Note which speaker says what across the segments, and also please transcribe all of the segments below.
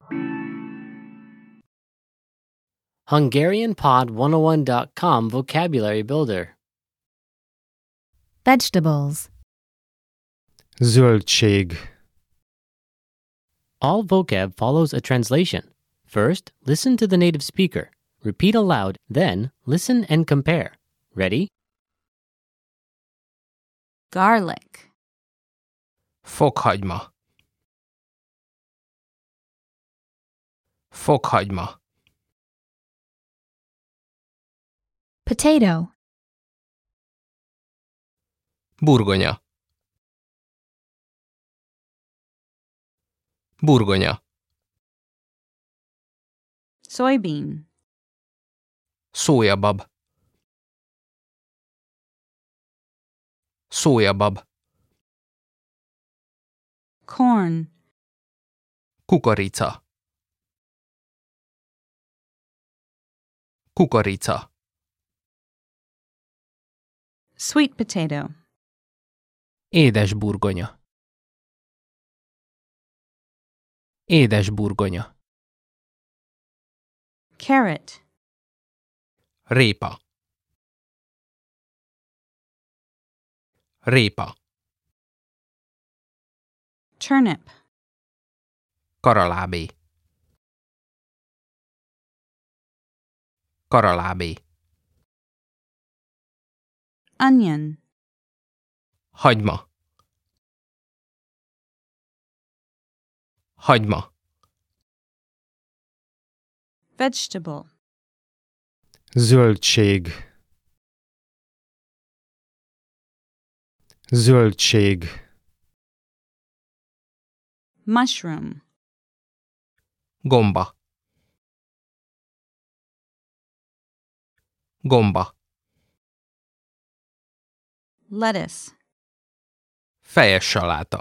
Speaker 1: oh HungarianPod101.com Vocabulary Builder.
Speaker 2: Vegetables.
Speaker 3: Zöldség.
Speaker 1: All vocab follows a translation. First, listen to the native speaker. Repeat aloud, then, listen and compare. Ready?
Speaker 2: Garlic.
Speaker 3: Fokhagyma. Fokhagyma.
Speaker 2: Potato.
Speaker 3: Burgonya. Burgonya.
Speaker 2: Soybean.
Speaker 3: Szójabab. Szójabab.
Speaker 2: Corn.
Speaker 3: Kukorica. Kukorica.
Speaker 2: Sweet potato.
Speaker 3: Édes burgonya. Édes burgonya.
Speaker 2: Carrot.
Speaker 3: Répa. Répa.
Speaker 2: Turnip.
Speaker 3: Karalábé. Karalábé.
Speaker 2: Onion.
Speaker 3: Hagyma. Hagyma.
Speaker 2: Vegetable.
Speaker 3: Zöldség. Zöldség.
Speaker 2: Mushroom.
Speaker 3: Gomba. Gomba.
Speaker 2: Lettuce.
Speaker 3: Fejes saláta.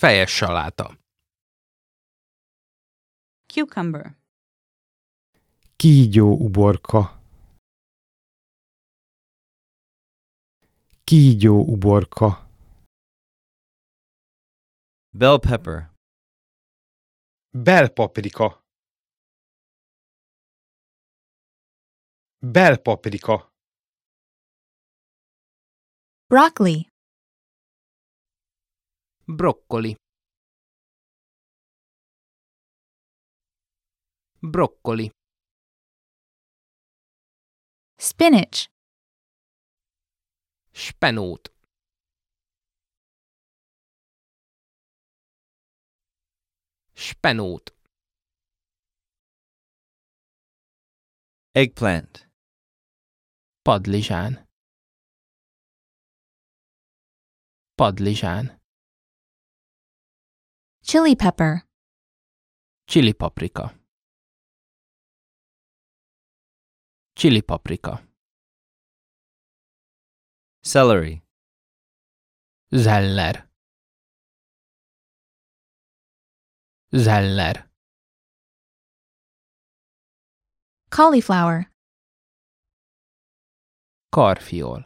Speaker 3: Fejes saláta.
Speaker 2: Cucumber.
Speaker 3: Kígyó uborka. Kígyó uborka.
Speaker 4: Bell pepper.
Speaker 5: Belpaprika Belpaprika
Speaker 2: Broccoli.
Speaker 3: Brokkoli. Brokkoli.
Speaker 2: Spinach.
Speaker 3: Spenót. Spenót.
Speaker 4: Eggplant.
Speaker 3: Padlizsán. Padlizsán.
Speaker 2: Chili pepper.
Speaker 3: Chili paprika. Chili paprika.
Speaker 4: Celery.
Speaker 3: Zeller. Zeller.
Speaker 2: Cauliflower.
Speaker 3: Karfiol.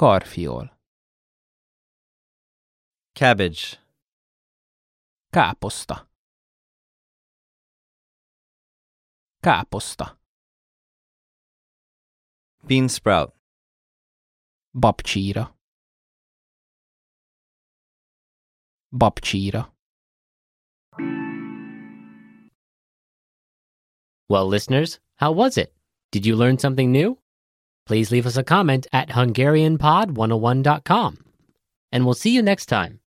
Speaker 3: Karfiol.
Speaker 4: Cabbage.
Speaker 3: Káposzta. Káposzta.
Speaker 4: Bean sprout.
Speaker 3: Babcsíra. Babcsíra.
Speaker 1: Well, listeners, how was it? Did you learn something new? oh Please leave us a comment at HungarianPod101.com. And we'll see you next time.